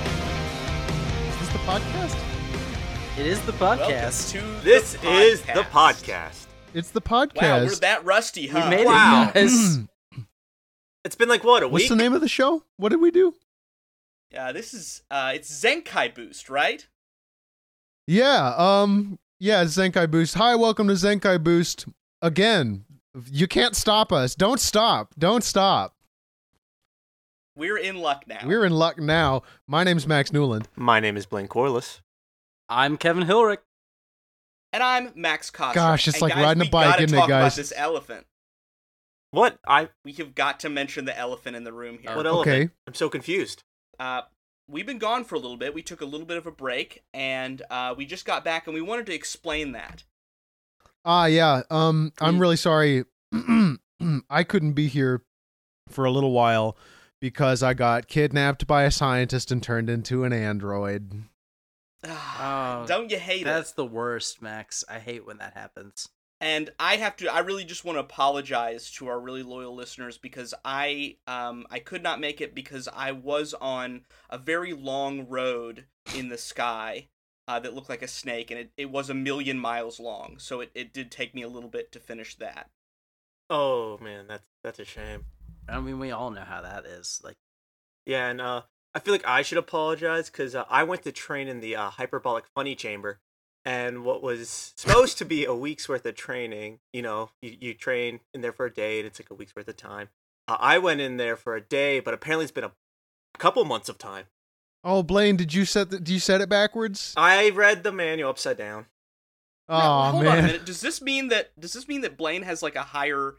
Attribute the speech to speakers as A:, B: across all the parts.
A: Is this the podcast?
B: It is the
C: Welcome
B: podcast.
C: to the
D: This is the podcast.
E: It's the
C: Wow, we're
E: podcast.
C: that rusty, huh?
B: We made
D: Wow.
B: it, guys.
D: It's been like what a
E: What's
D: week.
E: the name of the show? What did we do?
C: Uh, this is uh, it's Zenkai Boost, right?
E: Yeah, um yeah, Zenkai Boost. Hi, welcome to Zenkai Boost. Again, you can't stop us. Don't stop. Don't stop.
C: We're in luck now.
E: We're in luck now. My name's Max Newland.
D: My name is Blaine Corliss.
B: I'm Kevin Hilrich.
C: and I'm Max Costa.
E: Gosh, it's
C: And
E: like
C: guys,
E: riding a
C: we
E: bike,
C: gotta
E: isn't it,
C: talk
E: guys?
C: About this elephant.
D: What? I
C: We have got to mention the elephant in the room here.
D: what
B: Okay.
D: elephant?
E: Okay.
D: I'm so confused.
C: Uh, we've been gone for a little bit. We took a little bit of a break, and uh, we just got back, and we wanted to explain that.
E: Ah, yeah. Um, I'm really sorry. I couldn't be here for a little while because I got kidnapped by a scientist and turned into an android. Uh,
B: Oh,
C: Don't you hate it?
B: That's the worst, Max. I hate when that happens.
C: and I have to I really just want to apologize to our really loyal listeners because I um I could not make it because I was on a very long road in the sky uh, that looked like a snake and it, it was a million miles long so it, it did take me a little bit to finish that
D: Oh man, that's that's a shame.
B: I mean, we all know how that is. Like,
D: Yeah, and uh, I feel like I should apologize because uh, I went to train in the uh, hyperbolic funny chamber, and what was supposed to be a week's worth of training, you know, you, you train in there for a day and it's like a week's worth of time. Uh, I went in there for a day, but apparently it's been a couple months of time.
E: Oh, Blaine, did you set the, did you set it backwards?
D: I read the manual upside down.
C: Now,
E: Oh
C: Uh, hold on a
E: man.
C: minute does this mean that does this mean that Blaine has like a higher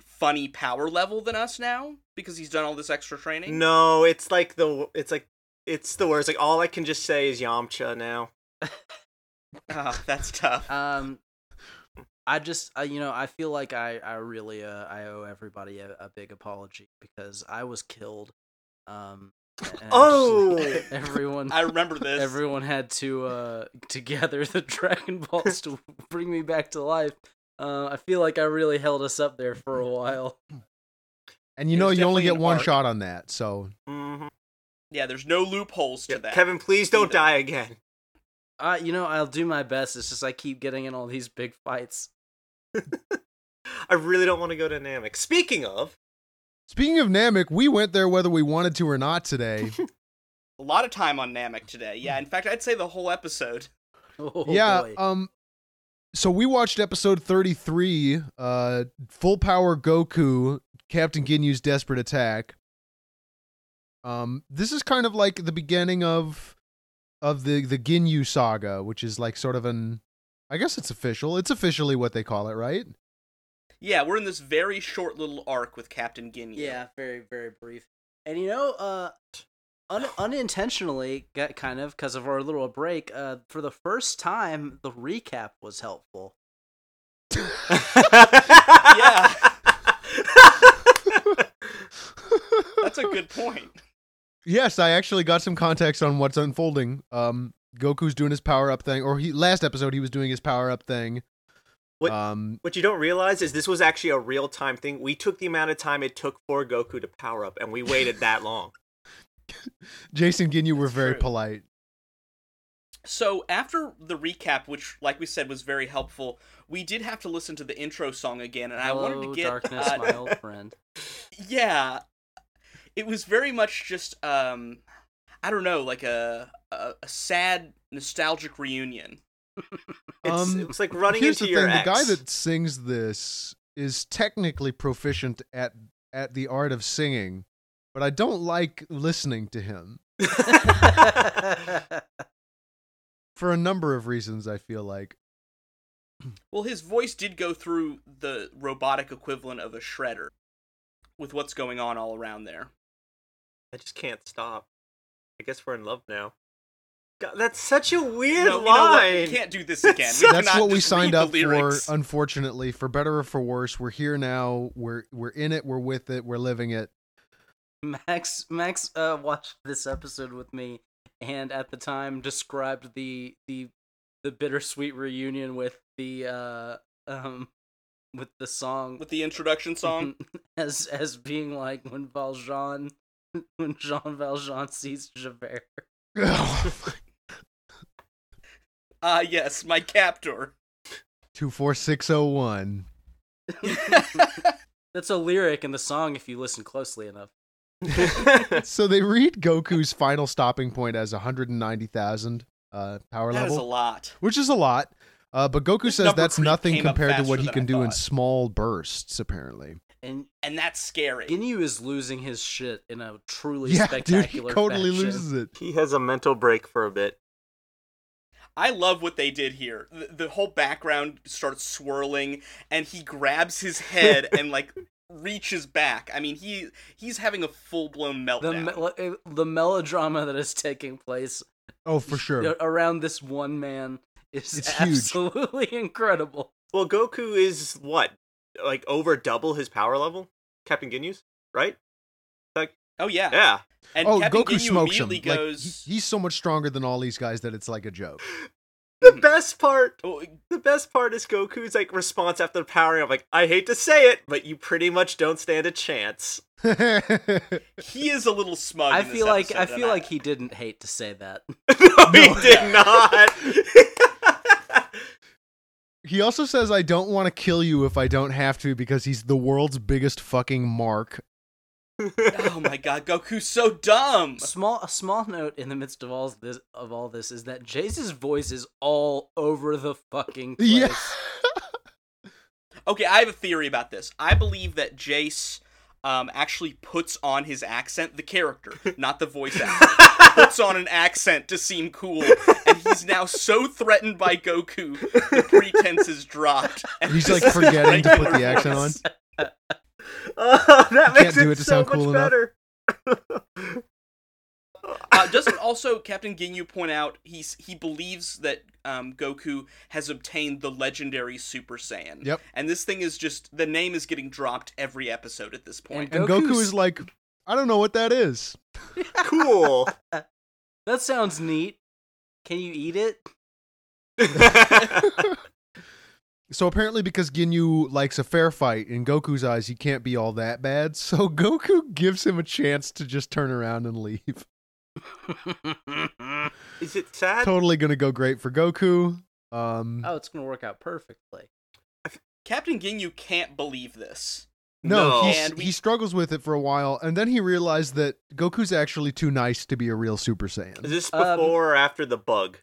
C: funny power level than us now because he's done all this extra training
D: No, it's like the it's like it's the worst. Like all I can just say is Yamcha now.
C: oh, that's tough
B: um, I just, uh, you know, I feel like I, I really, uh, I owe everybody a, a big apology because I was killed. Um, and I just-
D: Oh!
B: everyone,
C: I remember this
B: everyone had to uh to gather the dragon balls to bring me back to life uh i feel like i really held us up there for a while
E: And you
C: It
E: know
C: was
E: you only
C: definitely
E: get
C: an
E: one
C: arc.
E: shot on that, so
D: hmm
C: yeah there's no loopholes to that
D: Kevin, please don't
C: Either.
D: die again.
B: Uh, you know, I'll do my best. It's just I keep getting in all these big fights.
D: I really don't want to go to Namek. Speaking of,
E: Speaking of Namek, we went there whether we wanted to or not today.
C: a lot of time on Namek today. Yeah, in fact, I'd say the whole episode.
B: Oh,
E: yeah.
B: boy.
E: Um. So we watched episode thirty-three, uh, Full Power Goku, Captain Ginyu's Desperate Attack. Um, this is kind of like the beginning of, of the the Ginyu saga, which is like sort of an, I guess it's official. It's officially what they call it, right?
C: Yeah, we're in this very short little arc with Captain Ginyu.
B: yeah, very, very brief. And you know, uh, un- unintentionally, got kind of because of our little break. Uh, for the first time, the recap was helpful.
D: yeah,
C: that's a good point.
E: Yes, I actually got some context on what's unfolding. Um, Goku's doing his power up thing, or he last episode he was doing his power up thing.
D: What-
E: Um,
D: what you don't realize is this was actually a real time thing. We took the amount of time it took for Goku to power up, and we waited that long.
E: Jason Ginyu were
C: That's
E: very
C: true.
E: polite.
C: So after the recap, which, like we said, was very helpful, we did have to listen to the intro song again, and I wanted
B: Hello,
C: to get
B: Oh, darkness,
C: uh,
B: my old friend.
C: yeah, it was very much just um, I don't know, like a a, a sad nostalgic reunion.
D: It's,
E: Um,
D: it's like running
E: Here's
D: into
E: the
D: your
E: thing:
D: ex.
E: the guy that sings this is technically proficient at at the art of singing, but I don't like listening to him for a number of reasons. I feel like
C: Well, his voice did go through the robotic equivalent of a shredder with what's going on all around there.
D: I just can't stop. I guess we're in love now. God, that's such a weird
C: No, you know what?
D: line.
C: we can't do this again.
D: That's
C: We
E: that's
C: cannot
E: what we
C: just
E: signed
C: read the
E: up for.
C: lyrics.
E: Unfortunately, for better or for worse, we're here now. We're we're in it. We're with it. We're living it.
B: Max Max uh, watched this episode with me, and at the time described the the the bittersweet reunion with the uh um with the song
C: With the introduction
E: Mhm.
C: song,
B: as as being like when Valjean when Jean Valjean sees Javert.
C: ah, yes, my captor.
E: Two four six zero one.
B: That's a lyric in the song if you listen closely enough.
D: That's
E: So they read Goku's final stopping point as 190,000 uh, power
C: That is
E: level.
C: a lot.
E: which is a lot. Uh, but Goku
C: This
E: says
C: number
E: that's
C: creep
E: nothing
C: came up
E: compared to what
C: faster
E: he
C: than
E: can
C: I
E: do in
C: thought.
E: small bursts, apparently.
B: And
C: And that's scary.
B: Ginyu is losing his shit in a truly
E: yeah, dude, he
B: spectacular
E: totally
B: fashion.
E: loses it.
D: he has a mental break for a bit.
C: I love what they did here. The, the whole background starts swirling, and he grabs his head and like reaches back. I mean, he he's having a full blown
B: The
C: meltdown.
B: me- the melodrama that is taking place
E: Oh, for sure.
B: a- around this one man is
E: It's huge.
B: absolutely incredible.
D: Well, Goku is what? Like over double his power level? Captain Ginyu's, right?
C: oh yeah.
D: Yeah.
C: And
E: oh,
C: Captain
E: Goku
C: Ginyu
E: smokes him.
C: immediately
E: Like,
C: goes.
E: he- he's so much stronger than all these guys that it's like a joke.
D: The best part,
C: "Oh,
D: the best part is Goku's like response after the powering. I'm like, I hate to say it, but you pretty much don't stand a chance.
E: yeah,
C: he is a little smug.
B: I
C: in this
B: feel like I
C: episode,
B: feel
C: and
B: like he didn't hate to say that.
D: no, he
E: No.
D: did not.
E: he also says, I don't want to kill you if I don't have to because he's the world's biggest fucking mark.
C: Oh my god, Goku's so dumb.
B: Small a small note in the midst of all this of all this is that Jace's voice is all over the fucking place.
E: Yeah.
C: Okay, I have a theory about this. I believe that Jace um, actually puts on his accent, the character, not the voice actor. puts on an accent to seem cool, and he's now so threatened by Goku, the pretense is dropped. And
E: He's
C: just
E: like forgetting to put the
C: regular
E: accent on.
C: voice.
D: oh, that
E: You
D: makes
E: can't do
D: it,
E: it to
D: so
E: sound
D: much
E: cool enough.
D: better.
C: Uh, doesn't also Captain Ginyu point out he's he believes that um, Goku has obtained the legendary Super Saiyan.
E: Yep.
C: And this thing is just the name is getting dropped every episode at this point.
E: And Goku
B: Goku's-
E: is like, I don't know what that is.
D: cool.
B: That sounds neat. Can you eat it?
E: So apparently, because Ginyu likes a fair fight, in Goku's eyes, he can't be all that bad. So Goku gives him a chance to just turn around and leave.
B: oh,
D: is it sad?
E: Totally gonna go great for Goku. Um,
C: Oh,
B: it's gonna work out perfectly.
C: Captain Ginyu can't believe this.
E: no,
D: no.
E: he's-
C: And we-
E: he struggles with it for a while, and then he realized that Goku's actually too nice to be a real Super
D: Is
E: Saiyan.
D: this
B: Um,
D: before or after the bug?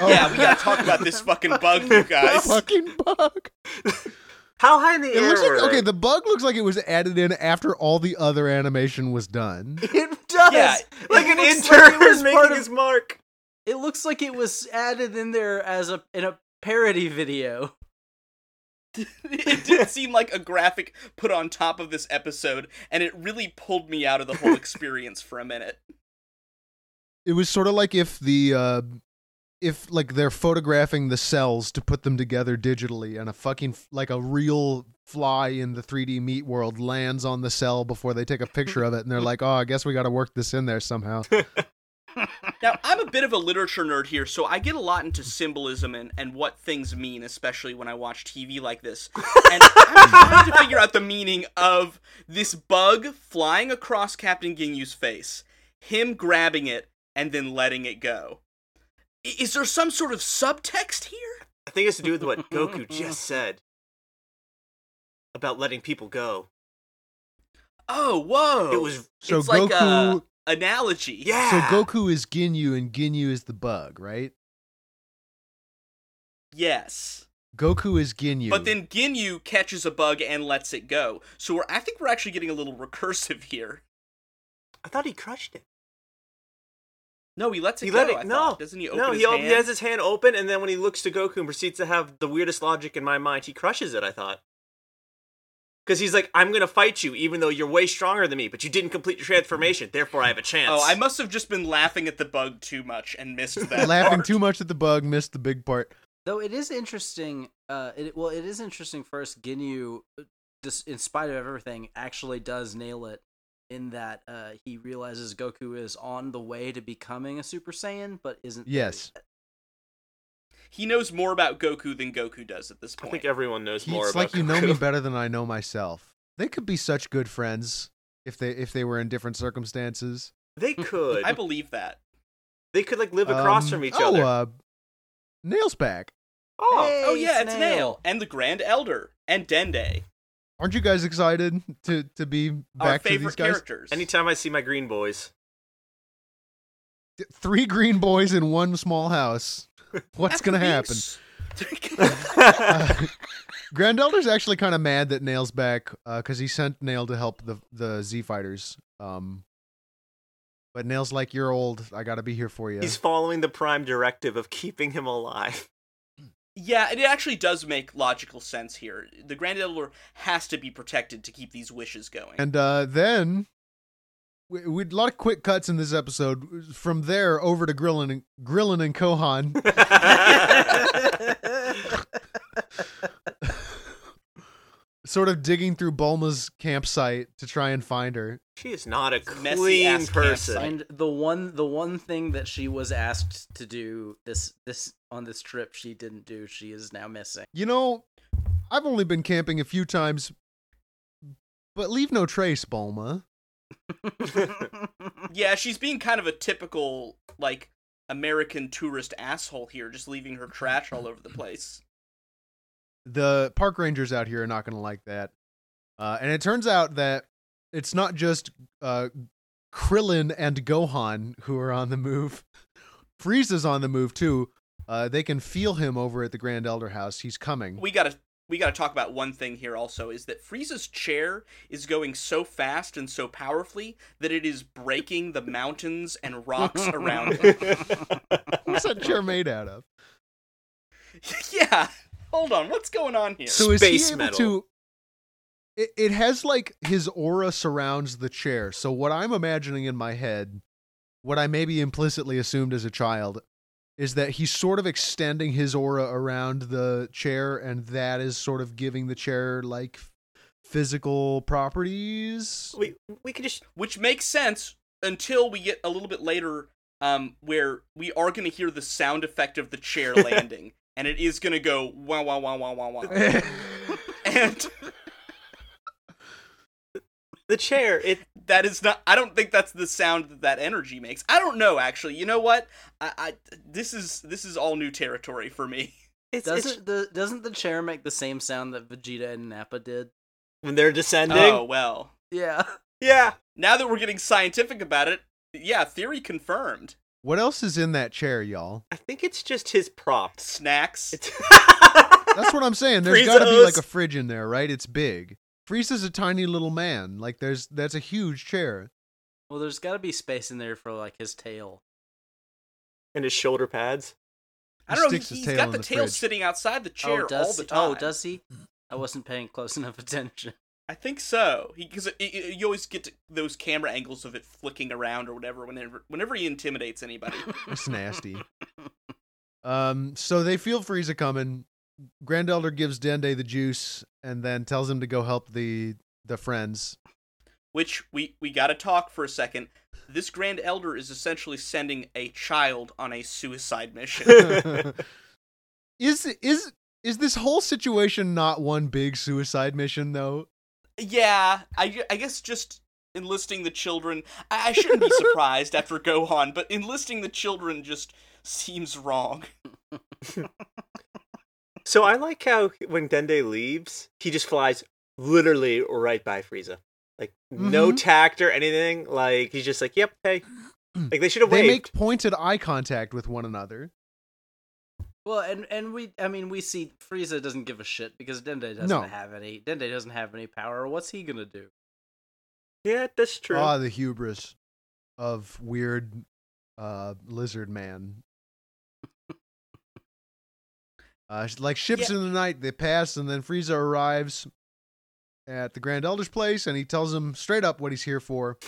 E: Oh.
C: Yeah, we gotta talk about this fucking bug, you guys.
E: Fucking bug.
D: How high in the
E: It
D: air?
E: looks like
D: were
E: okay.
D: it?
E: The bug looks like it was added in after all the other animation was done.
B: It does.
C: Yeah,
D: like
B: It
D: an
B: looks
D: intern
B: it was part
D: making
B: of-
D: his mark.
B: It looks like it was added in there as a in a parody video.
C: it did seem like a graphic put on top of this episode, and it really pulled me out of the whole experience for a minute.
E: it was sort of like if the uh if like they're photographing the cells to put them together digitally and a fucking like a real fly in the 3D meat world lands on the cell before they take a picture of it and they're like, "Oh, I guess we got to work this in there somehow."
C: Now, I'm a bit of a literature nerd here, so I get a lot into symbolism and, and what things mean, especially when I watch TV like this. And I'm trying to figure out the meaning of this bug flying across Captain Ginyu's face, him grabbing it, and then letting it go. I- is there some sort of subtext here?
D: I think it has to do with what Goku just said about letting people go.
C: Oh, whoa.
D: It was
E: So
C: It's
E: Goku
C: like uh, a- analogy.
D: Yeah.
E: So Goku is Ginyu and Ginyu is the bug, right?
C: Yes.
E: Goku is Ginyu.
C: But then Ginyu catches a bug and lets it go. So we're, I think we're actually getting a little recursive here.
D: I thought he crushed it.
C: No, he lets it
D: He
C: go.
D: let
C: I
D: it. No,
C: thought. doesn't he open
D: no,
C: his
D: he, op-
C: hand?
D: he has his hand open, and then when he looks to Goku and proceeds to have the weirdest logic in my mind, he crushes it. I thought. Because he's like, I'm gonna fight you, even though you're way stronger than me, but you didn't complete your transformation, therefore I have a chance.
C: Oh, I must have just been laughing at the bug too much and missed that.
E: laughing
C: part.
E: too much at the bug, missed the big part.
B: Though it is interesting, uh, it well, it is interesting. First, Ginyu, uh, dis- in spite of everything, actually does nail it in that uh, he realizes Goku is on the way to becoming a Super Saiyan, but isn't. there
E: Yes.
B: yet.
C: He knows more about Goku than Goku does at this
D: I
C: point.
D: think everyone knows
E: He-
D: more.
E: it's
D: about
E: like you know me
D: Goku.
E: better than I know myself. They could be such good friends if they if they were in different circumstances.
D: They could.
C: I believe that.
D: they could like live across
E: Um,
D: from each
E: oh,
D: other.
E: Uh, Nail's back.
D: oh,
B: Hey,
C: oh yeah, it's, Nail.
B: Nail.
C: and the Grand Elder and Dende,
E: Aren't you guys excited to to be
C: our
E: back to these
C: favorite
E: guys?
C: characters.
D: anytime I see my green boys,
E: D- Three green boys in one small house. What's
C: After
E: gonna
C: being
E: happen?
C: s-
E: Uh, Grand Elder's actually kind of mad that Nail's back because he sent Nail to help the the Z Fighters. Um, but Nail's like, "You're old. I gotta be here for you."
D: he's following the prime directive of keeping him alive.
C: yeah, and it actually does make logical sense here. The Grand Elder has to be protected to keep these wishes going.
E: And uh, then we, we a lot of quick cuts in this episode. From there over to Grillin and Grillin and Kohan. Sort of digging through Bulma's campsite to try and find her.
D: she is not a
C: messy
D: clean
C: ass
D: person.
C: campsite.
B: And the one, the one thing that she was asked to do this, this on this trip, she didn't do. She is now missing.
E: You know, I've only been camping a few times, but leave no trace, Bulma.
C: yeah, she's being kind of a typical like American tourist asshole here, just leaving her trash all over the place.
E: the park rangers out here are not going to like that. Uh, and it turns out that it's not just uh, Krillin and Gohan who are on the move. Frieza's on the move too. Uh, they can feel him over at the Grand Elder House. He's coming.
C: We gotta we gotta talk about one thing here also is that Frieza's chair is going so fast and so powerfully that it is breaking the mountains and rocks around it.
E: What's that chair made out of?
C: yeah. Hold on, what's going on here?
E: So is
D: Space
E: he able
D: metal.
E: to? It, it has like his aura surrounds the chair. So what I'm imagining in my head, what I maybe implicitly assumed as a child, is that he's sort of extending his aura around the chair, and that is sort of giving the chair like physical properties.
D: we we could just
C: Which makes sense until we get a little bit later um where we are gonna hear the sound effect of the chair landing. And it is gonna go wow wow wow wow wow wow. And
D: the chair. It
C: that is not i don't think that's the sound that that energy makes i don't know actually you know what i, I this is this is all new territory for me
D: it's, it's
B: Doesn't the doesn't the chair make the same sound that Vegeta and Nappa did?
D: when they're descending.
C: oh well
B: Yeah.
D: Yeah,
C: now that we're getting scientific about it yeah theory confirmed
E: What else is in that chair, y'all?
D: I think it's just his props.
C: snacks
D: It's
E: That's what I'm saying. There's got to be like a fridge in there, right? It's big. Frieza's a tiny little man. Like there's that's a huge chair.
B: Well, there's got to be space in there for like his tail. Oh,
D: and his shoulder pads.
C: i
E: He
C: don't know
E: sticks his
C: he's
E: tail
C: got
E: in
C: the,
E: the
C: tail
E: fridge.
C: sitting outside the chair
B: oh, does
C: all the
B: he-
C: time
B: oh, does he? I wasn't paying close enough attention.
C: i think so because you always get to those camera angles of it flicking around or whatever whenever whenever he intimidates anybody
E: It's nasty. Um, so they feel Frieza coming. Grand Elder gives Dende the juice and then tells him to go help the the friends.
C: which we we got to talk for a second. This grand elder is essentially sending a child on a suicide mission.
E: is is is this whole situation not one big suicide mission though?
C: yeah, I ju- I guess just enlisting the children. I, I shouldn't be surprised after Gohan, but enlisting the children just seems wrong.
D: So I like how when Dende leaves, he just flies literally right by Frieza. Like
E: Mm-hmm.
D: no tact or anything. Like he's just like, yep, hey. Like they should have
E: They
D: waved.
E: make pointed eye contact with one another.
B: Well, and and we, I mean, we see Frieza doesn't give a shit because Dende doesn't
E: No.
B: have any. Dende doesn't have any power. What's he gonna do?
D: yeah, that's true.
E: Ah, the hubris of weird uh, lizard man. uh, sh- like ships in the night, they pass, and then Frieza arrives at the Grand Elder's place, and he tells him straight up what he's here for.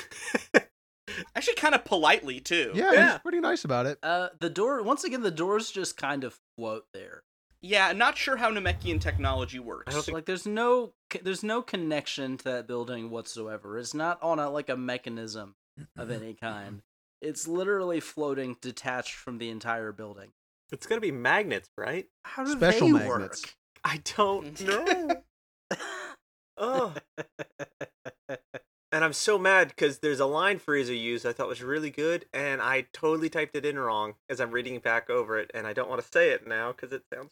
C: Actually, kind of politely too.
E: Yeah,
D: Yeah.
E: he's pretty nice about it.
B: Uh, the door. Once again, the doors just kind of float there.
C: Yeah, not sure how Namekian technology works.
D: I don't think-
B: Like there's no there's no connection to that building whatsoever. It's not on a like a mechanism of any kind. It's literally floating detached from the entire building.
D: it's gonna be magnets, right?
B: How do
E: Special
B: they
E: magnets.
B: work?
D: I don't
B: Mm.
D: know. oh. And I'm so mad because there's a line Frieza used I thought was really good, and I totally typed it in wrong as I'm reading back over it, and I don't want to say it now because it sounds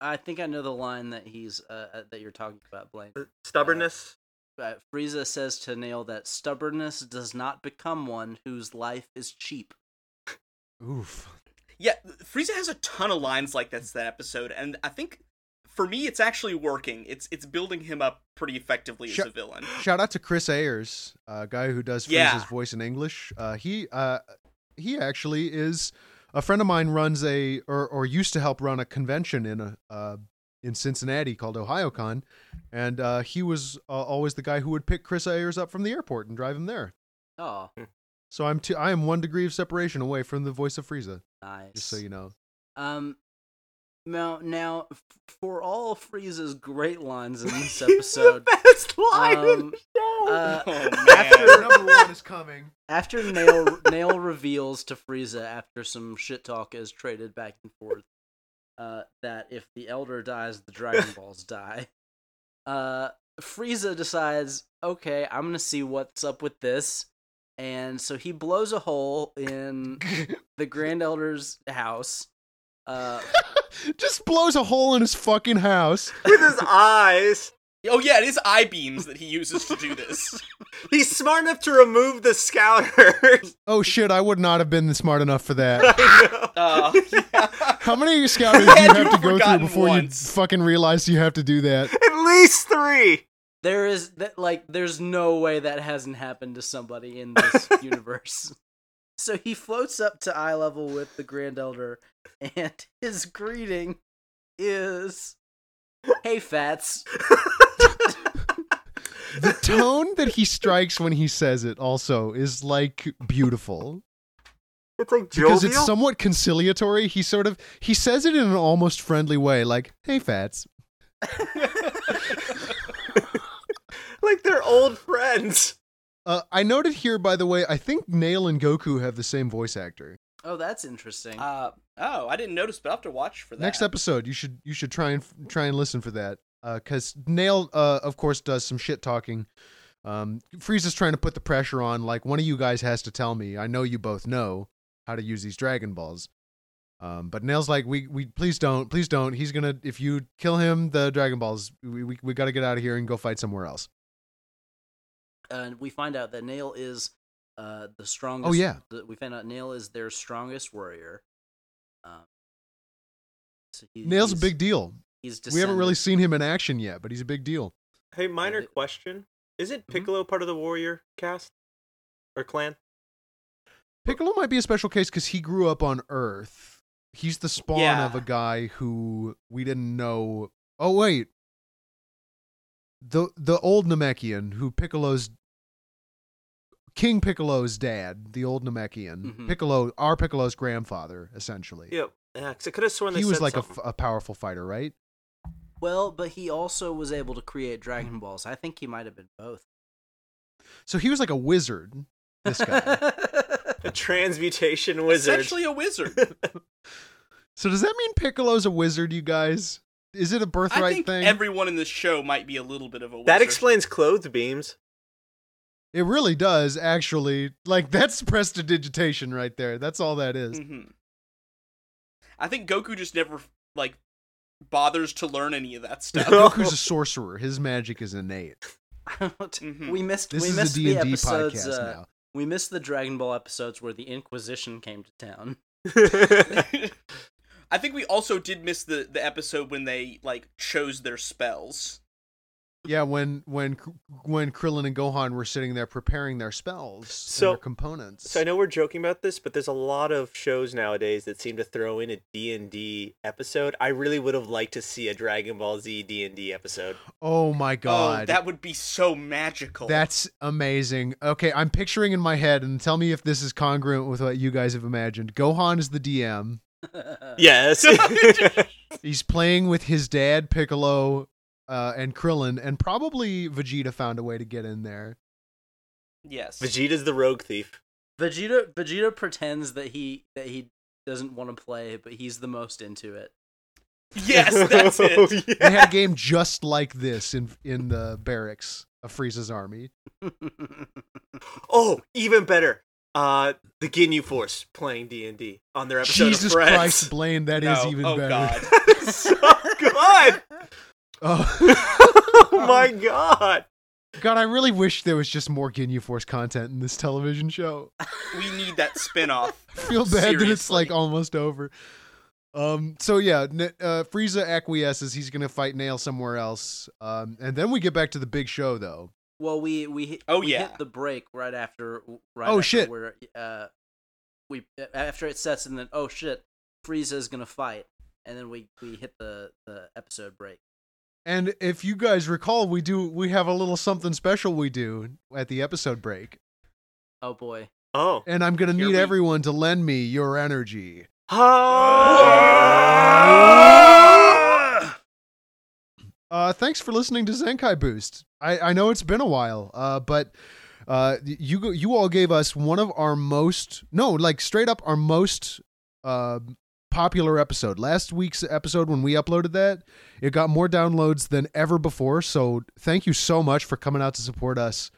B: I think I know the line that he's uh, uh, that you're talking about, Blaine.
D: uh, stubbornness.
B: Uh, Frieza says to Nail that stubbornness does not become one whose life is cheap.
E: Oof.
C: Yeah, Frieza has a ton of lines like that's that episode, and I think for me it's actually working. It's it's building him up pretty effectively
E: Sure.
C: as a villain.
E: Shout out to Chris Ayers, a guy who does
C: Yeah.
E: Frieza's voice in English. Uh, he uh, he actually is a friend of mine. Runs a or or used to help run a convention in a uh, in Cincinnati called OhioCon, and uh, he was uh, always the guy who would pick Chris Ayers up from the airport and drive him there.
B: Oh,
E: So I'm two, I am one degree of separation away from the voice of Frieza.
B: nice.
E: Just so you know,
B: Um, now, now, f- for all Frieza's great lines in this episode,
D: best line in
B: um,
D: the show.
B: uh,
C: Oh, man.
B: after
E: number one is coming.
B: after Nail Nail reveals to Frieza after some shit talk is traded back and forth, uh, that if the Elder dies, the Dragon Balls die. Uh, Frieza decides, okay, I'm gonna see what's up with this, and so he blows a hole in the Grand Elder's house. Uh,
E: Just blows a hole in his fucking house.
D: With his eyes,
C: Oh yeah, it is eye beams that he uses to do this.
D: he's smart enough to remove the scouters.
E: Oh shit! I would not have been smart enough for that.
D: I know.
C: Uh, yeah.
E: How many scouters do
C: Had
E: you have to
C: you
E: go through
C: forgotten
E: before
C: once?
E: you fucking realize you have to do that?
D: At least three.
B: There is that like there's no way that hasn't happened to somebody in this universe. So he floats up to eye level with the Grand Elder, and his greeting is Hey Fats.
E: The tone that he strikes when he says it also is like beautiful
D: It's like jovial.
E: because it's somewhat conciliatory. He sort of he says it in an almost friendly way, like "Hey, fats."
D: like they're old friends.
E: Uh, I noted here, by the way, I think Nail and Goku have the same voice actor.
B: Oh, that's interesting.
C: uh, oh, I didn't notice, but I will have to watch for that.
E: Next episode, you should you should try and try and listen for that because Nail, uh, of course, does some shit talking. Um, Frieza's trying to put the pressure on, like one of you guys has to tell me. I know you both know how to use these Dragon Balls, um, but Nail's like, we we please don't, please don't. He's gonna if you kill him, the Dragon Balls, we we, we got to get out of here and go fight somewhere else.
B: And we find out that Nail is uh the strongest
E: Oh, yeah.
B: th- we find out Nail is their strongest warrior. Um so he-
E: Nail's a
B: he's-
E: big deal.
B: he's
E: We haven't really
B: descended-
E: seen him in action yet, but he's a big deal.
D: Hey, minor
B: it-
D: question: Isn't
C: Mm-hmm.
D: Piccolo part of the warrior cast or clan?
E: Piccolo might be a special case because he grew up on Earth. He's the spawn
C: Yeah.
E: of a guy who we didn't know. Oh wait, the the old Namekian who Piccolo's King Piccolo's dad, the old Namekian,
B: Mhm.
E: Piccolo, our Piccolo's grandfather, essentially.
D: Yep. Yeah, because I could have sworn they
E: He was
D: said
E: like a,
D: something.
E: f- a powerful fighter, right?
B: Well, but he also was able to create Dragon Balls. I think he might have been both.
E: So he was like a wizard. This guy.
D: a transmutation
C: He's
D: wizard.
C: actually a wizard.
E: so does that mean Piccolo's a wizard, you guys? Is it a birthright
C: I think
E: thing?
C: everyone in this show might be a little bit of a wizard.
D: That explains clothes beams.
E: It really does, actually. Like that's prestidigitation right there. That's all that is.
C: Mhm. I think Goku just never like bothers to learn any of that stuff.
E: Goku's a sorcerer. His magic is innate.
C: Mhm.
B: we missed
E: This
B: we
E: is
B: missed
E: a D&D
B: the episodes
E: podcast
B: uh,
E: now.
B: we missed the Dragon Ball episodes where the Inquisition came to town.
C: I think we also did miss the the episode when they like chose their spells.
E: Yeah, when when when Krillin and Gohan were sitting there preparing their spells,
D: So-
E: and their components.
D: So I know we're joking about this, but there's a lot of shows nowadays that seem to throw in a D&D episode. I really would have liked to see a Dragon Ball Z D&D episode.
E: oh my god,
C: Oh, that would be so magical.
E: that's amazing. Okay, I'm picturing in my head, and tell me if this is congruent with what you guys have imagined. Gohan is the DM.
D: Yes.
E: He's playing with his dad, Piccolo, uh, and Krillin, and probably Vegeta found a way to get in there.
C: yes.
D: Vegeta's the rogue thief.
B: Vegeta Vegeta pretends that he that he doesn't want to play, but he's the most into it.
C: Yes, that's
D: Oh,
C: it.
E: They
D: yeah.
E: had a game just like this in in the barracks of Frieza's army.
D: Oh, even better. Uh, the Ginyu Force playing D&D on their episode of
E: Jesus
D: Friends.
E: Christ, Blaine, that is
C: No,
E: even
C: oh
E: better.
C: god.
D: so good.
E: Oh. Um,
D: oh my god.
E: God, I really wish there was just more Ginyu Force content in this television show. I
C: We need that spin-off.
E: feel bad that it's like
C: Seriously.
E: almost over. Um, so yeah, N- uh, Frieza acquiesces. He's gonna fight Nail somewhere else. Um, and then we get back to the big show, though.
B: Well, we we
C: Oh,
B: we
C: yeah.
B: hit the break right after right.
E: Oh,
B: after
E: shit.
B: Where uh, we after it sets and then oh shit, Frieza's gonna fight, and then we we hit the the episode break.
E: And if you guys recall, we do we have a little something special we do at the episode break.
B: Oh boy,
D: Oh.
E: And I'm gonna
C: Here
E: need
C: we-
E: everyone to lend me your energy.
D: Oh.
E: Uh, thanks for listening to Zenkai Boost. I, I know it's been a while, uh, but uh, y- you go- you all gave us one of our most no, like straight up our most uh, popular episode. Last week's episode when we uploaded that, it got more downloads than ever before. So thank you so much for coming out to support us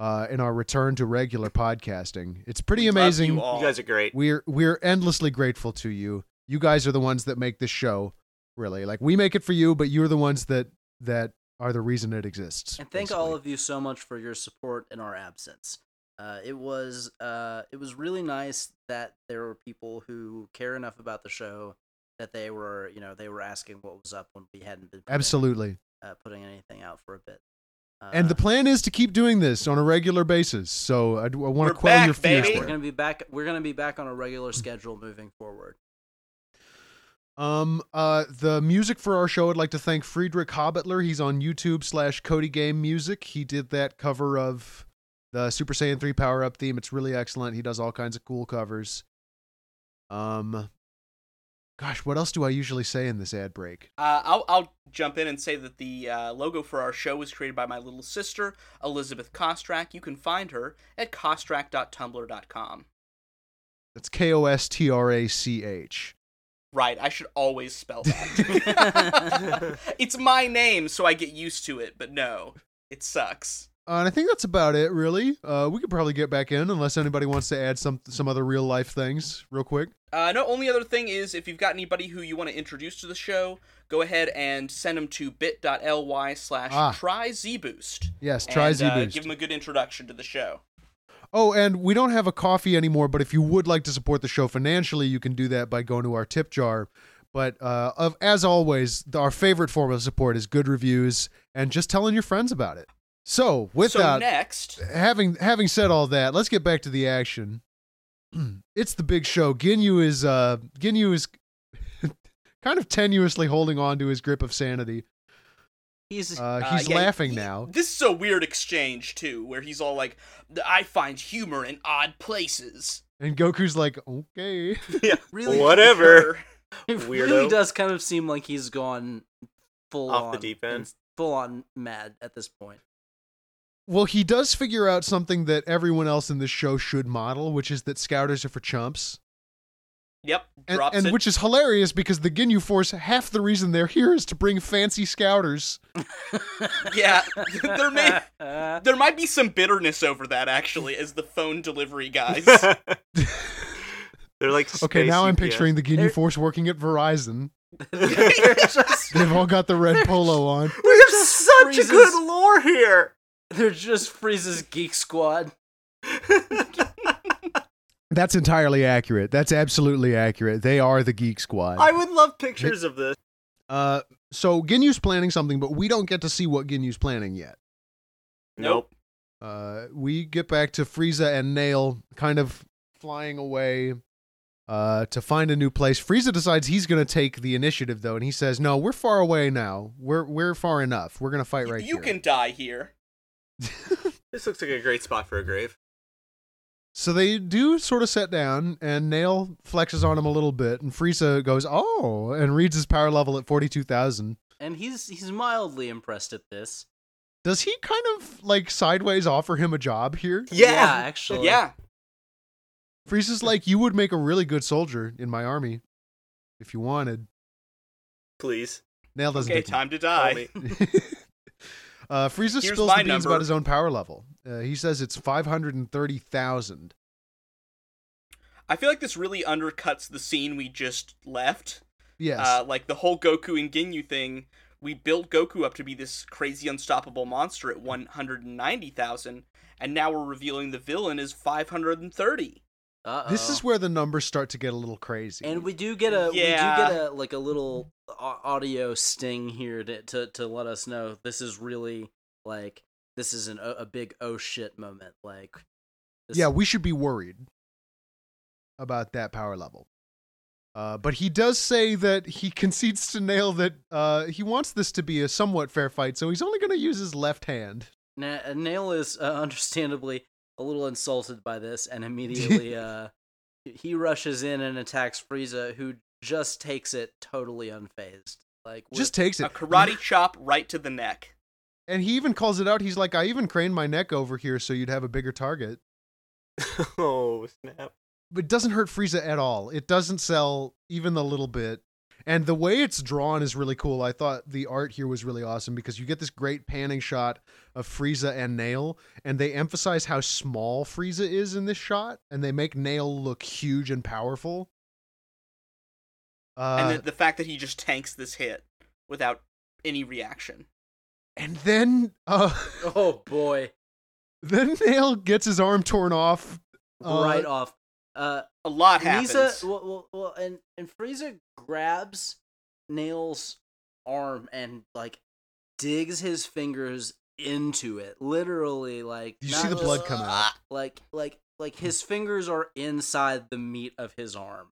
E: uh, in our return to regular podcasting. It's pretty
C: Love you
E: amazing.
C: all.
D: You guys are great.
E: We're we're endlessly grateful to you. You guys are the ones that make this show, really. Like we make it for you, but you're the ones that that are the reason it exists.
B: and thank all of you so much for your support in our absence. Uh, it was uh, it was really nice that there were people who care enough about the show that they were you know they were asking what was up when we hadn't been putting-
E: Absolutely.
B: uh, putting anything out for a bit. Uh,
E: And the plan is to keep doing this on a regular basis. So I, want
C: We're
E: to quell
C: back,
E: your fears.
C: baby.
B: we're
E: there.
B: gonna be back. We're gonna be back on a regular schedule moving forward.
E: Um, uh, the music for our show, I'd like to thank Friedrich Hobbitler. He's on YouTube slash Cody Game Music. He did that cover of the Super Saiyan 3 Power Up theme. It's really excellent. He does all kinds of cool covers. Um, gosh, what else do I usually say in this ad break?
C: Uh, I'll, I'll jump in and say that the uh, logo for our show was created by my little sister, Elizabeth Kostrak. You can find her at kostrak.tumblr.com.
E: That's K O S T R A C H.
C: Right, I should always spell that. it's my name, so I get used to it, but no, it sucks.
E: Uh, and I think that's about it, really. Uh, we could probably get back in unless anybody wants to add some some other real life things real quick.
C: Uh, no, only other thing is if you've got anybody who you want to introduce to the show, go ahead and send them to bit.ly
E: Ah.
C: slash try zboost.
E: Yes, try
C: and, uh,
E: ZBoost.
C: give them a good introduction to the show.
E: Oh, and we don't have a coffee anymore, but if you would like to support the show financially, you can do that by going to our tip jar. But uh, of, as always, th- our favorite form of support is good reviews and just telling your friends about it. So, with
C: so
E: that,
C: next,
E: having having said all that, let's get back to the action. it's the big show. Ginyu is uh, Ginyu is kind of tenuously holding on to his grip of sanity.
B: He's
E: Uh,
C: Uh,
E: he's
C: yeah,
E: laughing
C: he-
E: now.
C: This is a weird exchange too, where he's all like, "I find humor in odd places."
E: And Goku's like, okay.
D: Yeah.
B: Really-
D: Whatever.
B: it really
D: weirdo.
B: does kind of seem like he's gone full
D: Off
B: on
D: the deep end.
B: full on mad at this point.
E: Well, he does figure out something that everyone else in this show should model, which is that scouters are for chumps.
C: Yep,
E: And,
C: drops
E: and
C: it.
E: which is hilarious because the Ginyu Force, half the reason they're here is to bring fancy scouters.
C: Yeah, there may there might be some bitterness over that actually, as the phone delivery guys.
D: They're like
E: Okay,
D: space
E: now I'm
D: UPS.
E: picturing the Ginyu
B: They're-
E: Force working at Verizon.
B: They're just-
E: They've all got the red
B: They're-
E: polo on.
D: We have such a
B: Freezes-
D: good lore here.
B: They're just Frieza's Geek Squad.
E: That's entirely accurate. That's absolutely accurate. They are the Geek Squad.
D: I would love pictures of this.
E: Uh, so Ginyu's planning something, but we don't get to see what Ginyu's planning yet.
D: Nope.
E: Uh, we get back to Frieza and Nail kind of flying away uh, to find a new place. Frieza decides he's going to take the initiative though, and he says, "No, we're far away now. We're we're far enough. We're going to fight
C: You-
E: right
C: you
E: here."
C: can die here.
D: This looks like a great spot for a grave.
E: So they do sort of sit down, and Nail flexes on him a little bit, and Frieza goes, "Oh," and reads his power level at forty-two thousand.
B: And he's he's mildly impressed at this.
E: Does he kind of like sideways offer him a job here?
D: Yeah.
B: actually.
C: Yeah.
E: Frieza's like, "You would make a really good soldier in my army, if you wanted."
D: Please.
E: Nail doesn't.
C: Okay,
E: take him.
C: time to
D: Call
C: die.
D: me.
E: Uh, Frieza
C: Here's
E: spills the
C: my
E: beans
C: number.
E: about his own power level. Uh, he says it's 530,000.
C: I feel like this really undercuts the scene we just left.
E: Yes.
C: Uh, like the whole Goku and Ginyu thing, we built Goku up to be this crazy unstoppable monster at 190,000, and now we're revealing the villain is 530.
B: Uh-oh.
E: this
C: oh.
E: is where the numbers start to get a little crazy.
B: and we do get a we
C: Yeah.
B: do get a like a little au- audio sting here to, to to let us know this is really like this is an o- a big oh shit moment like this,
E: yeah, we should be worried about that power level. Uh, but he does say that he concedes to Nail that uh, he wants this to be a somewhat fair fight, so he's only going to use his left hand.
B: Na- uh, Nail is uh, understandably a little insulted by this, and immediately uh, he rushes in and attacks Frieza, who just takes it totally unfazed. Like with-
E: Just takes
C: A
E: it.
C: karate chop right to the neck.
E: And he even calls it out. He's like, I even craned my neck over here so you'd have a bigger target.
D: oh snap!
E: it doesn't hurt Frieza at all. It doesn't sell even a little bit. And the way it's drawn is really cool. I thought the art here was really awesome because you get this great panning shot of Frieza and Nail, and they emphasize how small Frieza is in this shot, and they make Nail look huge and powerful. Uh,
C: and the, the fact that he just tanks this hit without any reaction.
E: and then, uh,
B: oh boy,
E: then Nail gets his arm torn off. Uh,
B: right off. Uh,
C: A lot happens.
B: Frieza, well, well, well, and and Frieza grabs Nail's arm and like digs his fingers into it, literally. Like
E: You see
B: not
E: the
B: just-
E: blood come out.
B: Like like like his fingers are inside the meat of his arm.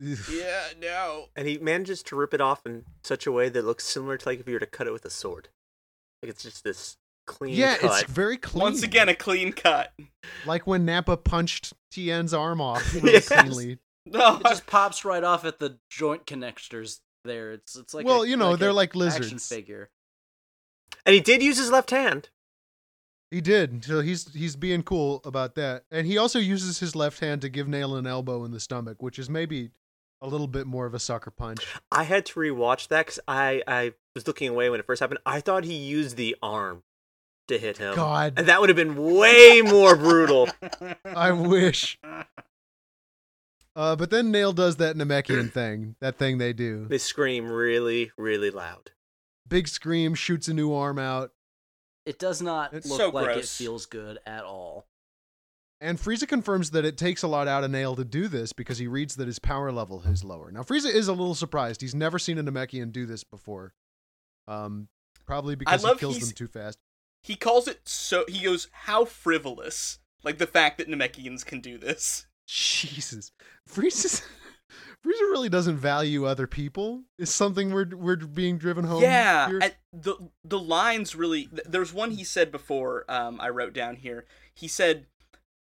C: Yeah, no.
D: And he manages to rip it off in such a way that looks similar to like if you were to cut it with a sword. Like it's just this clean
E: Yeah,
D: cut.
E: it's very clean.
C: Once again, a clean cut.
E: like when Nappa punched Tien's arm off really
D: Yes.
E: cleanly.
C: No,
B: It just pops right off at the joint connectors. There, it's it's like
E: Well,
B: a-
E: you know,
B: like
E: they're
B: a
E: like
B: Action
E: lizards.
B: figure.
D: And he did use his left hand.
E: He did. So he's he's being cool about that. And he also uses his left hand to give Nail an elbow in the stomach, which is maybe a little bit more of a sucker punch.
D: I had to rewatch that because I I was looking away when it first happened. I thought he used the arm to hit him.
E: God,
D: And that would have been way more brutal.
E: I wish. Uh, but then Nail does that Namekian thing, that thing they do.
D: They scream really, really loud.
E: Big scream, shoots a new arm out,
B: It does not
E: It's
B: look
C: so
B: like it
C: gross.
B: feels good at all.
E: and Frieza confirms that it takes a lot out of Nail to do this because he reads that his power level is lower. Now Frieza is a little surprised; he's never seen a Namekian do this before. Um, probably because he
C: love
E: kills
C: he's-
E: them too fast.
C: he calls it so. He goes, "How frivolous!" Like the fact that Namekians can do this.
E: Jesus, Frieza's Frieza really doesn't value other people. Is something we're we're being driven home.
C: yeah
E: here.
C: at the the lines really th- there's one he said before um i wrote down here he said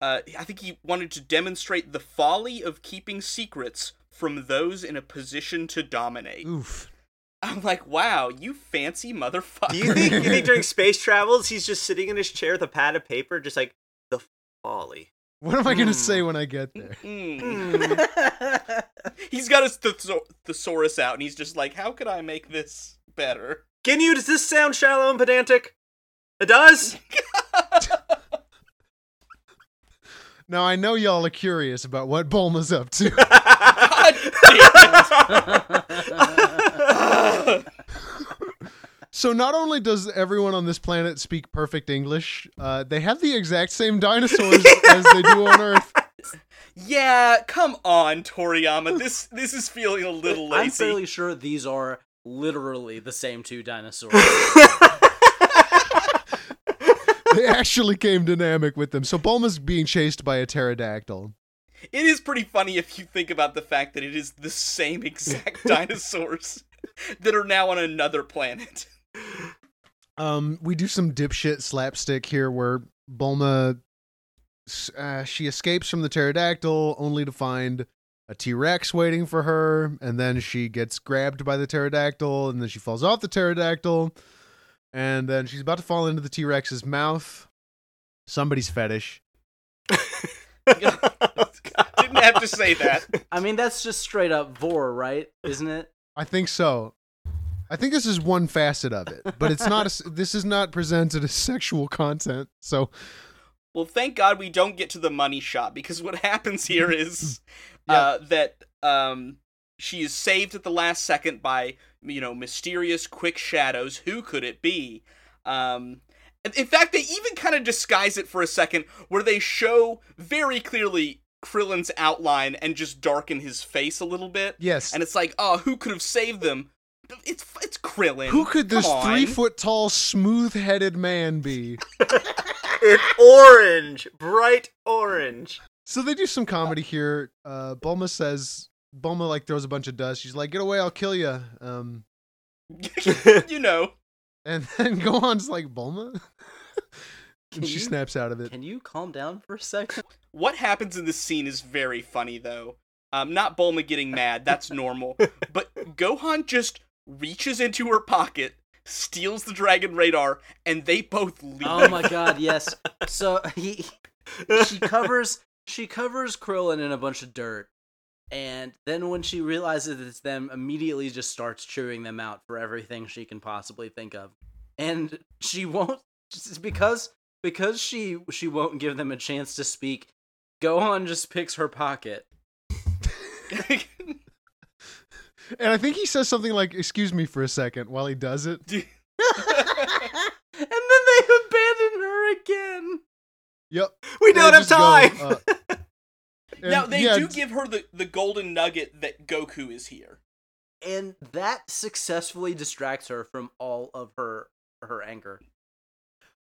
C: uh i think he wanted to demonstrate the folly of keeping secrets from those in a position to dominate
E: Oof.
C: i'm like wow you fancy motherfucker
D: Do you think, you think during space travels he's just sitting in his chair with a pad of paper, just like the folly?
E: What am I gonna
C: Hmm.
E: say when I get there?
C: Mm. Hmm. he's got his thes- thesaurus out and he's just like how could i make this better
D: Ginyu, does this sound shallow and pedantic? It does.
E: Now I know y'all are curious about what Bulma's up to.
C: God damn it.
E: So not only does everyone on this planet speak perfect English, uh, they have the exact same dinosaurs as they do on Earth.
C: Yeah, come on, Toriyama. This this is feeling a little
B: I'm
C: lazy.
B: fairly sure these are literally the same two dinosaurs.
E: They actually came dynamic with them. So Bulma's being chased by a pterodactyl.
C: It is pretty funny if you think about the fact that it is the same exact dinosaurs that are now on another planet.
E: Um, we do some dipshit slapstick here where Bulma s- uh, she escapes from the pterodactyl only to find a T-Rex waiting for her, and then she gets grabbed by the pterodactyl, and then she falls off the pterodactyl, and then she's about to fall into the T-Rex's mouth. Somebody's fetish.
C: Didn't have to say that.
B: I mean, that's just straight up vor, right? Isn't it?
E: I think so. I think this is one facet of it, but it's not. A, s- this is not presented as sexual content. So
C: Well, thank God we don't get to the money shot because what happens here is uh, that um, she is saved at the last second by you know mysterious quick shadows. Who could it be? Um, in- in fact, they even kind of disguise it for a second, where they show very clearly Krillin's outline and just darken his face a little bit.
E: yes,
C: And it's like, oh, who could have saved them? It's it's Krillin.
E: Who could this
C: Come on.
E: three foot tall, smooth headed man be?
D: it's orange, bright orange.
E: So they do some comedy here. Uh, Bulma says, Bulma like throws a bunch of dust. She's like, "Get away, I'll kill you." Um,
C: you know.
E: and then Gohan's like, "Bulma,"
B: Can
E: and she
B: you-
E: snaps out of it.
B: Can you calm down for a second?
C: What happens in this scene is very funny though. Um, not Bulma getting mad, that's normal. but Gohan just reaches into her pocket, steals the dragon radar, and they both leave.
B: Oh my god, yes. So he she covers she covers Krillin in a bunch of dirt, and then when she realizes it's them, immediately just starts chewing them out for everything she can possibly think of, and she won't just because because she she won't give them a chance to speak. Gohan just picks her pocket.
E: And I think he says something like, "Excuse me for a second while he does it.
B: and then they abandon her again.
E: Yep.
D: We
E: They
D: don't have
E: just go,
D: time.
E: uh, and
C: now they
E: yeah,
C: do give her the, the golden nugget that Goku is here.
B: And that successfully distracts her from all of her her anger.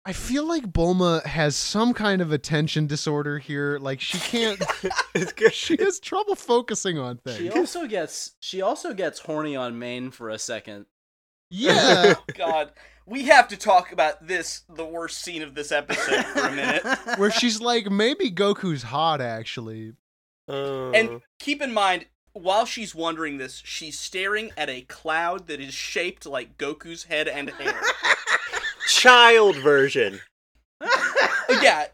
E: I feel like Bulma has some kind of attention disorder here. Like she can't.
D: it's good.
E: she has trouble focusing on things.
B: She also gets she also gets horny on Maine for a second.
E: yeah.
C: God, we have to talk about this, the worst scene of this episode for a minute.
E: where she's like, maybe Goku's hot actually. Oh.
D: Uh-huh.
C: And keep in mind, while she's wondering this, she's staring at a cloud that is shaped like Goku's head and hair.
D: child version.
C: Uh, yeah,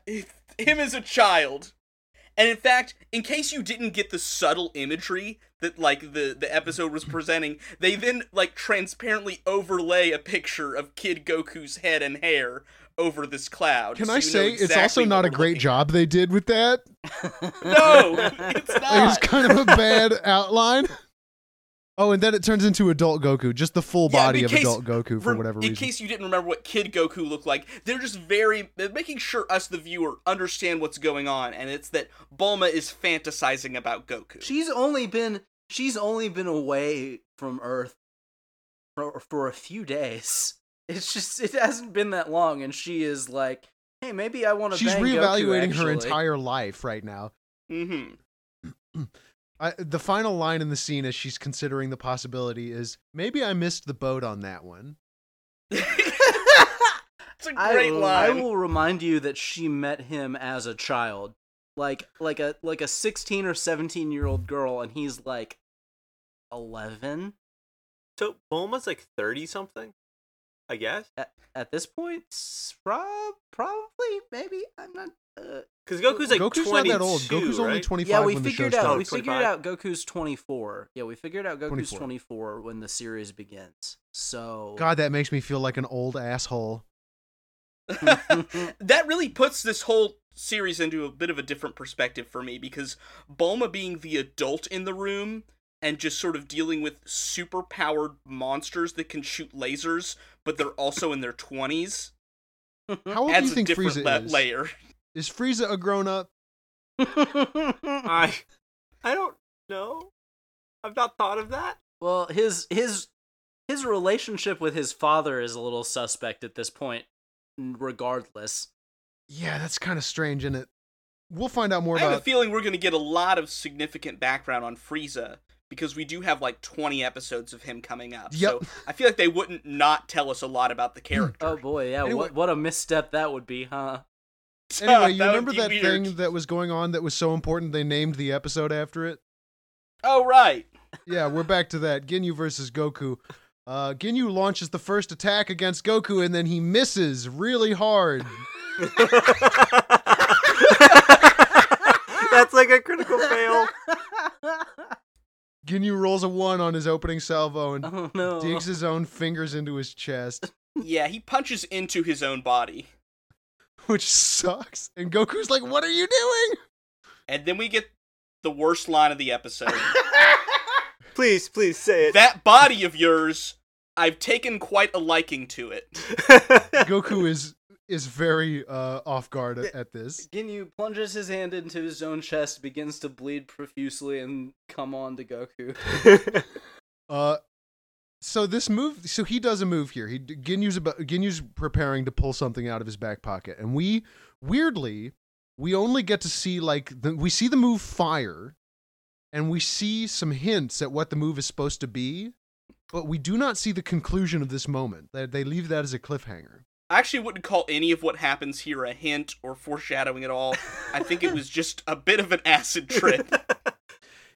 C: him as a child. And in fact, in case you didn't get the subtle imagery that like the the episode was presenting, they then like transparently overlay a picture of Kid Goku's head and hair over this cloud.
E: Can
C: so
E: I
C: you know
E: say it's also
C: exactly
E: not
C: what
E: a
C: we're
E: great
C: looking
E: job they did with that?
C: at. No, it's
E: Like, it's
C: not.
E: kind of a bad outline. Oh, and then it turns into adult Goku, just the full
C: Yeah,
E: body
C: in
E: of
C: case-
E: adult Goku for
C: Rem-
E: whatever
C: in
E: reason.
C: case you didn't remember what Kid Goku looked like, they're just very they're making sure us the viewer understand what's going on, and it's that Bulma is fantasizing about Goku.
B: she's only been she's only been away from Earth for for a few days. It's just it hasn't been that long, and she is like, "Hey, maybe I want to."
E: She's
B: bang
E: reevaluating
B: Goku,
E: her
B: actually."
E: entire life right now.
C: mm-hmm.
E: I, the final line in the scene as she's considering the possibility is maybe I missed the boat on that one.
C: It's a
B: I-
C: great
B: I
C: line.
B: will remind you that she met him as a child, like like a like a sixteen or seventeen year old girl, and he's like eleven
D: So Bulma's like thirty something, I guess.
B: at, at this point. s- Prob- probably, maybe I'm not. Uh,
D: Because Goku's like
E: Goku's
D: 22,
E: not that old.
D: right?
E: Goku's only 25
B: yeah, we
E: when the show
B: figured out we
E: starts.
D: starts.
B: figured out Goku's twenty four. Yeah, we figured out Goku's
E: 24.
B: twenty four when the series begins. So
E: God, that makes me feel like an old asshole.
C: that really puts this whole series into a bit of a different perspective for me because Bulma being the adult in the room and just sort of dealing with super powered monsters that can shoot lasers, but they're also in their 20s.
E: How old do you
C: Adds a
E: think
C: different
E: Frieza
C: la-
E: is?
C: layer.
E: Is Frieza a grown up?
D: I I don't know. I've not thought of that.
B: well, his his his relationship with his father is a little suspect at this point. Regardless,
E: Yeah, that's kind of strange, isn't it? We'll find out more
C: I have a
E: about.
C: feeling we're going to get a lot of significant background on Frieza because we do have like 20 episodes of him coming up.
E: Yep.
C: So I feel like they wouldn't not tell us a lot about the character.
B: oh boy, yeah,
E: Anyway-
B: what what a misstep that would be, huh?
E: Anyway, you
C: That would
E: remember
C: be
E: that
C: weird.
E: thing that was going on that was so important they named the episode after it?
C: Oh right.
E: Yeah, we're back to that. Ginyu versus Goku. Uh, Ginyu launches the first attack against Goku and then he misses really hard.
D: That's like a critical fail.
E: Ginyu rolls a one on his opening salvo and
B: Oh no.
E: digs his own fingers into his chest,
C: Yeah, he punches into his own body.
E: which sucks. And Goku's like, What are you doing?
C: And then we get the worst line of the episode.
D: Please, please say it.
C: that body of yours, I've taken quite a liking to it.
E: Goku is is very uh, off guard at, at this.
B: Ginyu plunges his hand into his own chest, begins to bleed profusely, and come on to Goku.
E: Uh, so this move, so he does a move here. He Ginyu's about Ginyu's preparing to pull something out of his back pocket, and we weirdly we only get to see like the, we see the move fire, and we see some hints at what the move is supposed to be, but we do not see the conclusion of this moment. They, they leave that as a cliffhanger.
C: I actually wouldn't call any of what happens here a hint or foreshadowing at all. I think it was just a bit of an acid trip.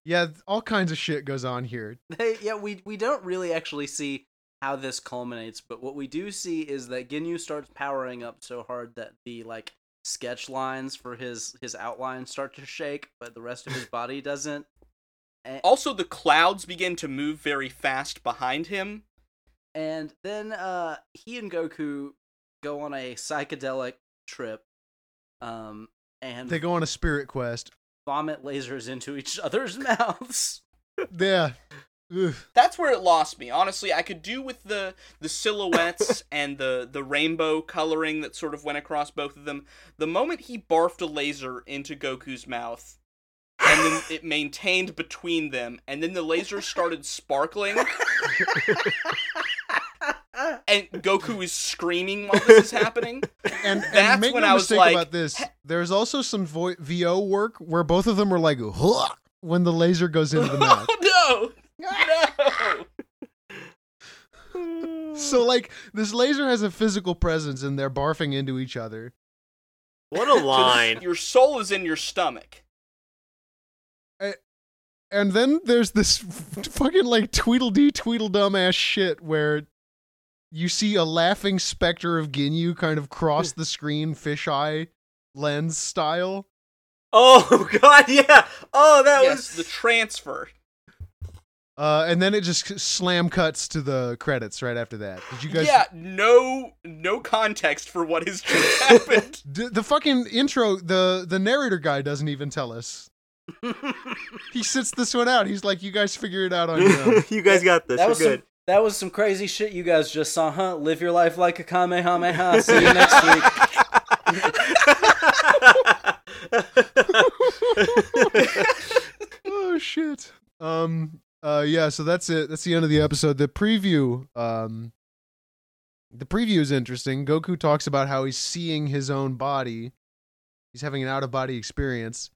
E: Yeah, th- all kinds of shit goes on here.
B: They, yeah, we we don't really actually see how this culminates, but what we do see is that Ginyu starts powering up so hard that the like sketch lines for his his outline start to shake, but the rest of his body doesn't.
C: Also, the clouds begin to move very fast behind him.
B: And then uh, he and Goku go on a psychedelic trip, um, and
E: They go on a spirit quest.
B: vomit lasers into each other's mouths.
E: Yeah. Ugh.
C: That's where it lost me. Honestly, I could do with the the silhouettes and the the rainbow coloring that sort of went across both of them. The moment he barfed a laser into Goku's mouth, and then it maintained between them, and then the laser started sparkling, and Goku is screaming while this is happening.
E: and, and
C: That's
E: make
C: when
E: no
C: I was
E: mistake
C: like,
E: about this. There's also some vo- VO work where both of them were like "Huh," when the laser goes into the mouth.
C: Oh no! No!
E: So like this laser has a physical presence and they're barfing into each other.
D: what a line.
C: Your soul is in your stomach.
E: And then there's this fucking like Tweedledee Tweedledum ass shit where you see a laughing specter of Ginyu kind of cross the screen fisheye lens style.
D: Oh god, yeah. Oh, that
C: yes,
D: was
C: the transfer.
E: Uh, and then it just slam cuts to the credits right after that. Did you guys
C: yeah, no no context for what has just happened.
E: D- the fucking intro, the the narrator guy doesn't even tell us. He sits this one out. He's like, "You guys figure it out on your own."
D: you guys got this.
B: that
D: You're
B: was
D: good.
B: Some, that was some crazy shit you guys just saw, huh? Live your life like a kamehameha. See you next week.
E: oh shit. Um. Uh. Yeah. So that's it. That's the end of the episode. The preview. Um. The preview is interesting. Goku talks about how he's seeing his own body. He's having an out of body experience.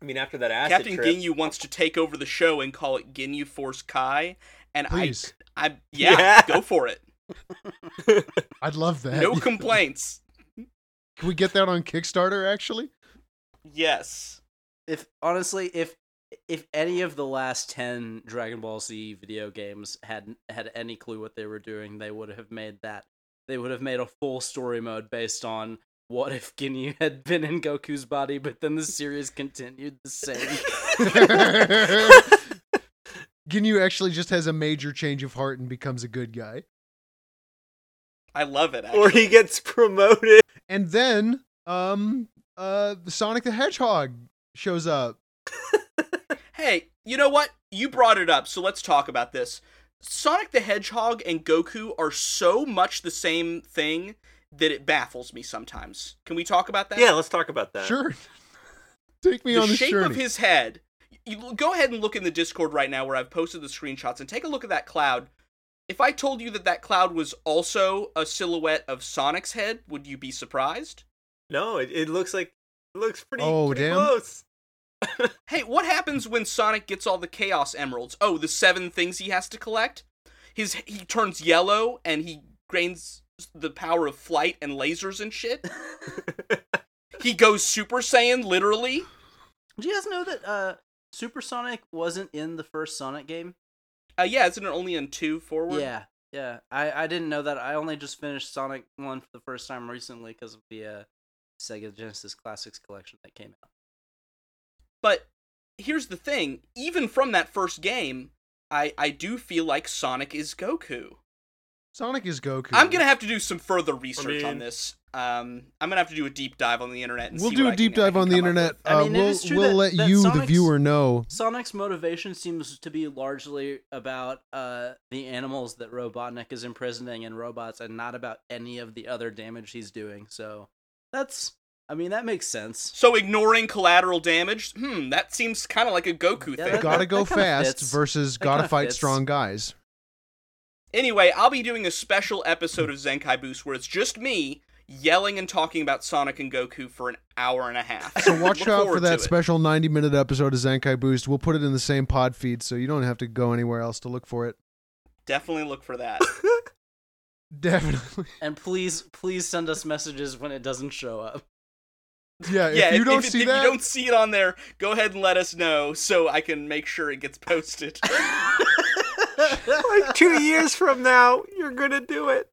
D: I mean, after that acid
C: Captain
D: trip,
C: Ginyu wants to take over the show and call it Ginyu Force Kai, and
E: Please,
C: I, I, yeah,
D: Yeah.
C: go for it.
E: I'd love that.
C: No complaints.
E: Can we get that on Kickstarter? Actually,
C: yes,
B: if honestly if if any of the last 10 Dragon Ball Z video games had had any clue what they were doing, they would have made that. They would have made a full story mode based on what if Ginyu had been in Goku's body, but then the series continued the same.
E: Ginyu actually just has a major change of heart and becomes a good guy.
C: I love it. Actually.
D: or he gets promoted.
E: And then um uh Sonic the Hedgehog shows up.
C: Hey, you know what? you brought it up, so let's talk about this. Sonic the Hedgehog and Goku are so much the same thing that it baffles me sometimes. Can we talk about that?
D: Yeah, let's talk about that.
E: Sure. Take me
C: the
E: on this
C: shape
E: journey.
C: of his head. You l- go ahead and look in the Discord right now where I've posted the screenshots and take a look at that cloud. If I told you that that cloud was also a silhouette of Sonic's head, would you be surprised?
D: No, it, it looks like it looks pretty,
E: Oh,
D: pretty
E: damn.
D: close.
C: Hey, what happens when Sonic gets all the Chaos Emeralds? Oh, the seven things he has to collect. His he turns yellow and he gains the power of flight and lasers and shit. he goes Super Saiyan literally.
B: Do you guys know that uh, Supersonic wasn't in the first Sonic game?
C: Uh, yeah, isn't it only in two forward?
B: Yeah, yeah. I, I didn't know that. I only just finished Sonic 1 for the first time recently because of the uh, Sega Genesis Classics collection that came out.
C: But here's the thing: even from that first game, I I do feel like Sonic is Goku.
E: Sonic is Goku.
C: I'm gonna have to do some further research on
D: mean-
C: this. Um, I'm gonna have to do a deep dive on the internet. And
E: We'll
C: see
E: do
C: what
E: a
C: I
E: deep
C: can- I
E: dive
C: can
E: on the
C: come up
E: internet.
C: with.
B: I
E: Uh,
B: mean, it
E: we'll
B: is true
E: we'll
B: that-
E: let
B: that
E: you, the
B: Sonic's-
E: viewer, know.
B: Sonic's motivation seems to be largely about uh, the animals that Robotnik is imprisoning and robots and not about any of the other damage he's doing. So that's, I mean, that makes sense.
C: So ignoring collateral damage, hmm, that seems kind of like a Goku
B: Yeah,
C: thing.
B: that-
E: Gotta go
B: that kinda
E: fast
B: fits.
E: versus
B: That
E: gotta
B: kinda
E: fight
B: fits.
E: strong guys.
C: Anyway, I'll be doing a special episode of Zenkai Boost where it's just me yelling and talking about Sonic and Goku for an hour and a half.
E: So watch
C: Look
E: out for
C: forward
E: that
C: to it.
E: special 90 minute episode of Zenkai Boost. We'll put it in the same pod feed so you don't have to go anywhere else to look for it.
C: Definitely look for that.
E: Definitely.
B: And please, please send us messages when it doesn't show up.
E: Yeah,
C: yeah,
E: if you don't
C: if,
E: see
C: if
E: that,
C: you don't see it on there, go ahead and let us know so I can make sure it gets posted.
D: like two years from now, you're gonna do it.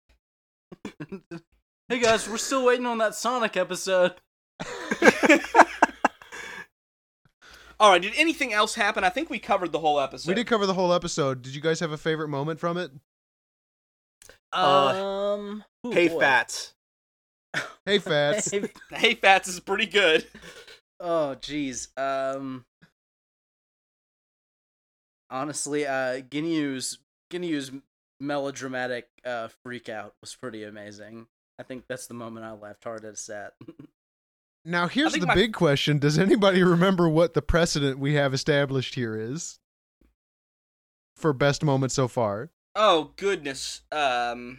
B: Hey guys, we're still waiting on that Sonic episode.
C: All right, did anything else happen? I think we covered the whole episode.
E: we did cover the whole episode. Did you guys have a favorite moment from it?
D: Uh,
B: um, ooh,
D: Hey,
B: boy.
D: fats.
E: Hey, Fats.
B: Hey,
C: Hey, Fats is pretty good.
B: oh, jeez. Um, honestly, uh, Ginyu's Ginyu's melodramatic uh freak out was pretty amazing. I think that's the moment I laughed hardest at.
E: Now, here's
C: think
E: the
C: my-
E: big question Does anybody remember what the precedent we have established here is for best moment so far?
C: Oh goodness. Um,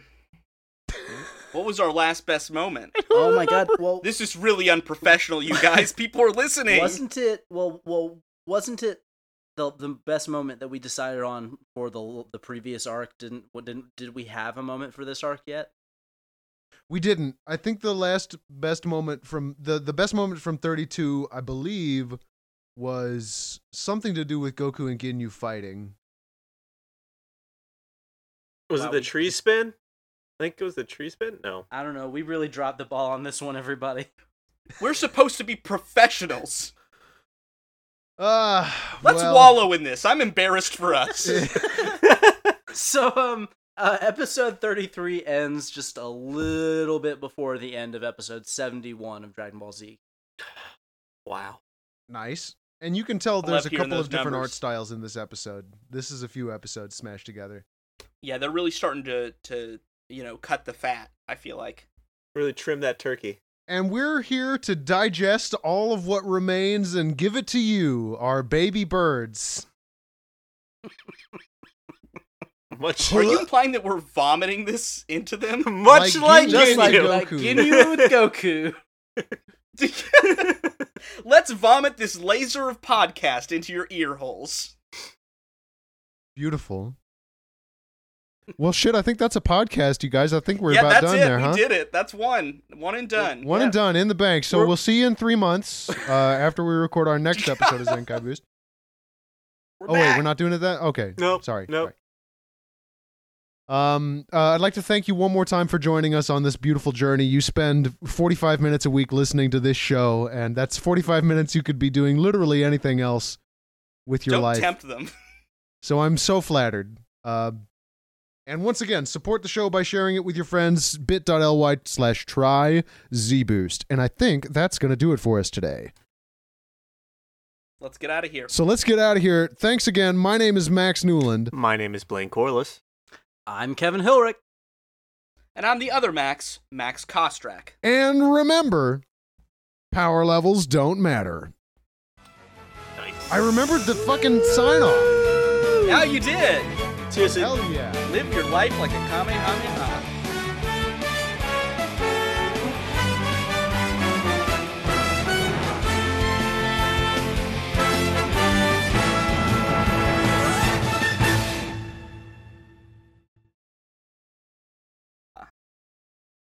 C: what was our last best moment?
B: oh my god! Well,
C: This is really unprofessional, you guys. People are listening.
B: wasn't it? Well, well, wasn't it the the best moment that we decided on for the the previous arc? Didn't what didn't did we have a moment for this arc yet?
E: We didn't. I think the last best moment from the the best moment from 32, I believe, was something to do with Goku and Ginyu fighting.
D: Was
B: Wow,
D: it the
B: we-
D: tree spin? I think it was the tree spin. No.
B: I don't know. We really dropped the ball on this one, everybody.
C: We're supposed to be professionals.
E: Ah,
C: Let's
E: well,
C: wallow in this. I'm embarrassed for us.
B: So, um, uh, episode 33 ends just a little bit before the end of episode 71 of Dragon Ball Z.
D: wow.
E: Nice. And you can tell
C: I
E: there's
C: love
E: a
C: hearing
E: couple
C: those
E: of different art
C: numbers.
E: styles in this episode. This is a few episodes smashed together.
C: yeah, they're really starting to to you know cut the fat. I feel like.
D: Really trim that turkey.
E: And we're here to digest all of what remains and give it to you, our baby birds.
D: Much
C: Are you implying that we're vomiting this into them?
D: much
E: Like
D: like,
E: Ginyu. Just like
D: Ginyu.
E: Goku.
B: Like Ginyu with Goku.
C: Let's vomit this laser of podcast into your ear holes.
E: Beautiful. Well, shit, I think that's a podcast, you guys. I think we're
C: yeah,
E: about
C: that's
E: done
C: it.
E: there,
C: we
E: huh?
C: did it. That's one. One and done.
E: One and done in the bank. So
B: We're-
E: we'll see you in three months uh, after we record our next episode of Zenkai Boost.
C: We're
E: oh, wait,
C: back.
E: we're not doing it that? Okay.
D: Nope,
E: Sorry.
D: nope.
E: sorry. Um, uh, I'd like to thank you one more time for joining us on this beautiful journey. You spend 45 minutes a week listening to this show, and that's 45 minutes you could be doing literally anything else with your
C: Don't
E: life.
C: tempt them.
E: So I'm so flattered. Uh, and once again, support the show by sharing it with your friends, bit.ly slash try zboost. And I think that's going to do it for us today.
C: Let's get out of here.
E: So let's get out of here. Thanks again. My name is Max Newland.
D: My name is Blaine Corliss.
B: I'm Kevin Hilrich.
C: And I'm the other Max, Max Kostrak.
E: And remember, power levels don't matter.
D: Nice.
E: I remembered the fucking sign off.
C: Now you did.
D: Seriously,
E: Hell yeah.
C: Live your life like a Kamehameha.